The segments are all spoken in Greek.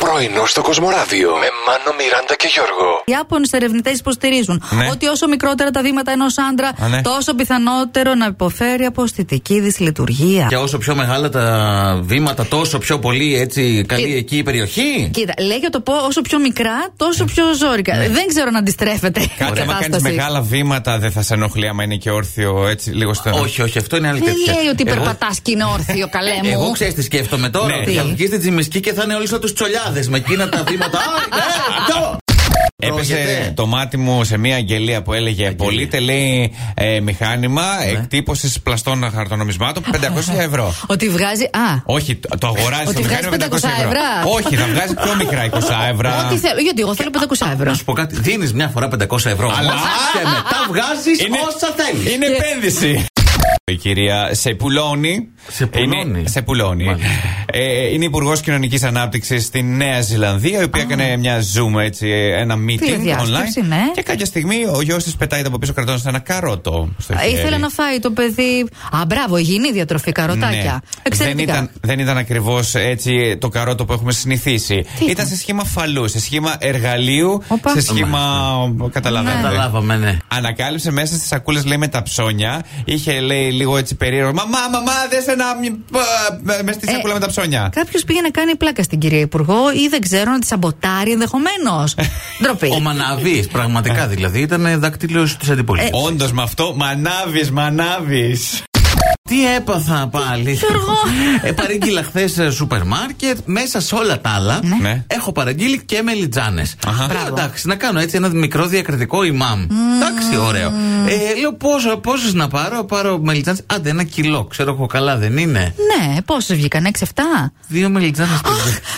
Πρωινό στο Κοσμοράδιο με Μάνο, Μιράντα και Γιώργο. Οι Άπωνε ερευνητές υποστηρίζουν Ναι. ότι όσο μικρότερα τα βήματα ενός άντρα, Α, ναι. τόσο πιθανότερο να υποφέρει από αισθητική δυσλειτουργία. Και όσο πιο μεγάλα τα βήματα, τόσο πιο πολύ έτσι Ε, καλή εκεί η περιοχή. Κοίτα, λέει για το πω όσο πιο μικρά, τόσο πιο ζώρικα. Ναι. Δεν ξέρω να αντιστρέφεται η Κάτσε, άμα κάνει κατάσταση. μεγάλα βήματα, δεν θα σε ενοχλεί άμα είναι και όρθιο έτσι λίγο στενό. Όχι, όχι, αυτό είναι άλλη Δεν τέτοια. λέει ότι Εγώ- περπατάς και είναι όρθιο, καλέ μου. Εγώ ξέρεις τι σκέφτομαι τώρα. Ναι. Ότι θα βγει στην Τζιμισκή και θα είναι όλοι σαν τους τσολιάδε με εκείνα τα βήματα. Α, ναι, το! Έπεσε Τρώγεται. το μάτι μου σε μια αγγελία που έλεγε Πωλείται λέει ε, μηχάνημα εκτύπωσης πλαστών χαρτονομισμάτων 500 ευρώ. Ότι βγάζει. Α, Όχι, το το αγοράζεις Ότι το βγάζει μηχάνημα 500 ευρώ. 500 ευρώ. Όχι, θα βγάζει πιο μικρά 20 ευρώ. ό,τι θέλω. Γιατί εγώ θέλω 500 ευρώ. Να σου πω κάτι, δίνεις μια φορά 500 ευρώ. Αλλά- και μετά βγάζεις Είναι- όσα θέλεις. Είναι επένδυση. Η κυρία Σεπουλώνη. Σε πουλώνει. Είναι, Σεπουλώνη. Μάλιστα. Ε, είναι Υπουργός Κοινωνικής Ανάπτυξης στη Νέα Ζηλανδία, η οποία έκανε μια Zoom, έτσι, ένα meeting Τηλεδιάσκεψη, online. ναι. Και κάποια στιγμή ο γιος της πετάει από πίσω κρατώντας ένα καρότο στο χέρι. Ήθελε Ε, να φάει το παιδί. Α, μπράβο, υγιεινή διατροφή, καροτάκια. Ναι. Δεν Εξαιρετικά. ήταν, δεν ήταν ακριβώς έτσι το καρότο που έχουμε συνηθίσει. Τι ήταν ήταν? σε σχήμα φαλού, σε σχήμα εργαλείου, Οπα. σε σχήμα. Καταλαβαίνετε. Καταλάβαμε, ναι. Ανακάλυψε μέσα στις σακούλες, λέει, με τα ψώνια. Είχε, λέει, λίγο έτσι περίεργο. Μαμά, μαμά, δες ένα. μ, π, ε, Μέσα στη Ε, σακούλα με τα ψώνια. Κάποιος πήγε να κάνει πλάκα στην κυρία Υπουργό ή δεν ξέρω να τη σαμποτάρει ενδεχομένως. Ντροπή. Ο ε, Μαναβή, πραγματικά δηλαδή, ήταν δακτύλιο τη αντιπολίτευσης. Όντως με αυτό, μανάβει, μανάβει. Τι έπαθα πάλι. Γιώργο. ε, παρήγγειλα χθες σε σούπερ μάρκετ. Μέσα σε όλα τα άλλα Ναι. έχω παραγγείλει και μελιτζάνες. Αχα. Λέω, εντάξει, να κάνω έτσι ένα μικρό διακριτικό ημάμ. Εντάξει, ωραίο. Ε, λέω πόσο, πόσες να πάρω, πάρω μελιτζάνες. Άντε, ένα κιλό. Ξέρω εγώ καλά δεν είναι. Ναι, πόσες βγήκαν, 6-7. Δύο μελιτζάνες.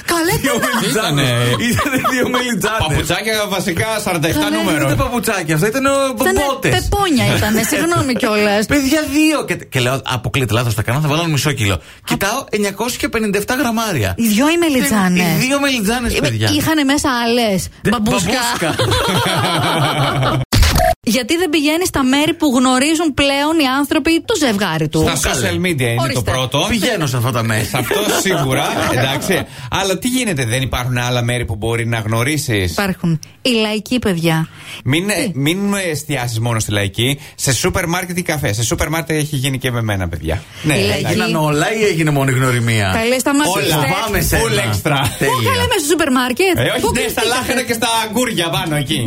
Καλέ Δύο μελιτζάνες. Ήτανε. Ήταν δύο μελιτζάνε. Παπουτσάκια βασικά 47 Καλά, Δεν νούμερο. ήταν παπουτσάκια αυτά, ήταν Ήταν μπομπότε. πεπόνια ήταν, συγγνώμη κιόλας. Παιδιά, δύο! Και, και λέω, αποκλείται, λάθο τα κάνω, θα βάλω μισό κιλό. Κοιτάω, 957 γραμμάρια. Οι δυο οι Οι μελιτζάνε. δύο μελιτζάνες, παιδιά. Είχαν μέσα άλλες. Μπαμπούσκα. Γιατί δεν πηγαίνει στα μέρη που γνωρίζουν πλέον οι άνθρωποι το ζευγάρι του. Στα social media είναι το Ορίστε. πρώτο. Πηγαίνω σε αυτά τα Σε μέσα. αυτό σίγουρα, εντάξει. Αλλά τι γίνεται, δεν υπάρχουν άλλα μέρη που μπορεί να γνωρίσεις. Υπάρχουν οι λαϊκοί παιδιά. Μην, μην εστιάσεις μόνο στη λαϊκή. Σε σούπερ μάρκετ ή καφέ. Σε σούπερ μάρκετ έχει γίνει και με μένα, παιδιά. Ναι, λαϊκή. εντάξει. Έγιναν όλα ή έγινε μόνο η γνωριμία. Καλέ, σταματήστε. Όλα. Πάμε σε Full extra. Πού θα Τέλεια. λέμε στο σούπερ μάρκετ. Ε, όχι, Πού ναι, στα κρυφτήκατε? λάχανα και στα αγκούρια πάνω εκεί.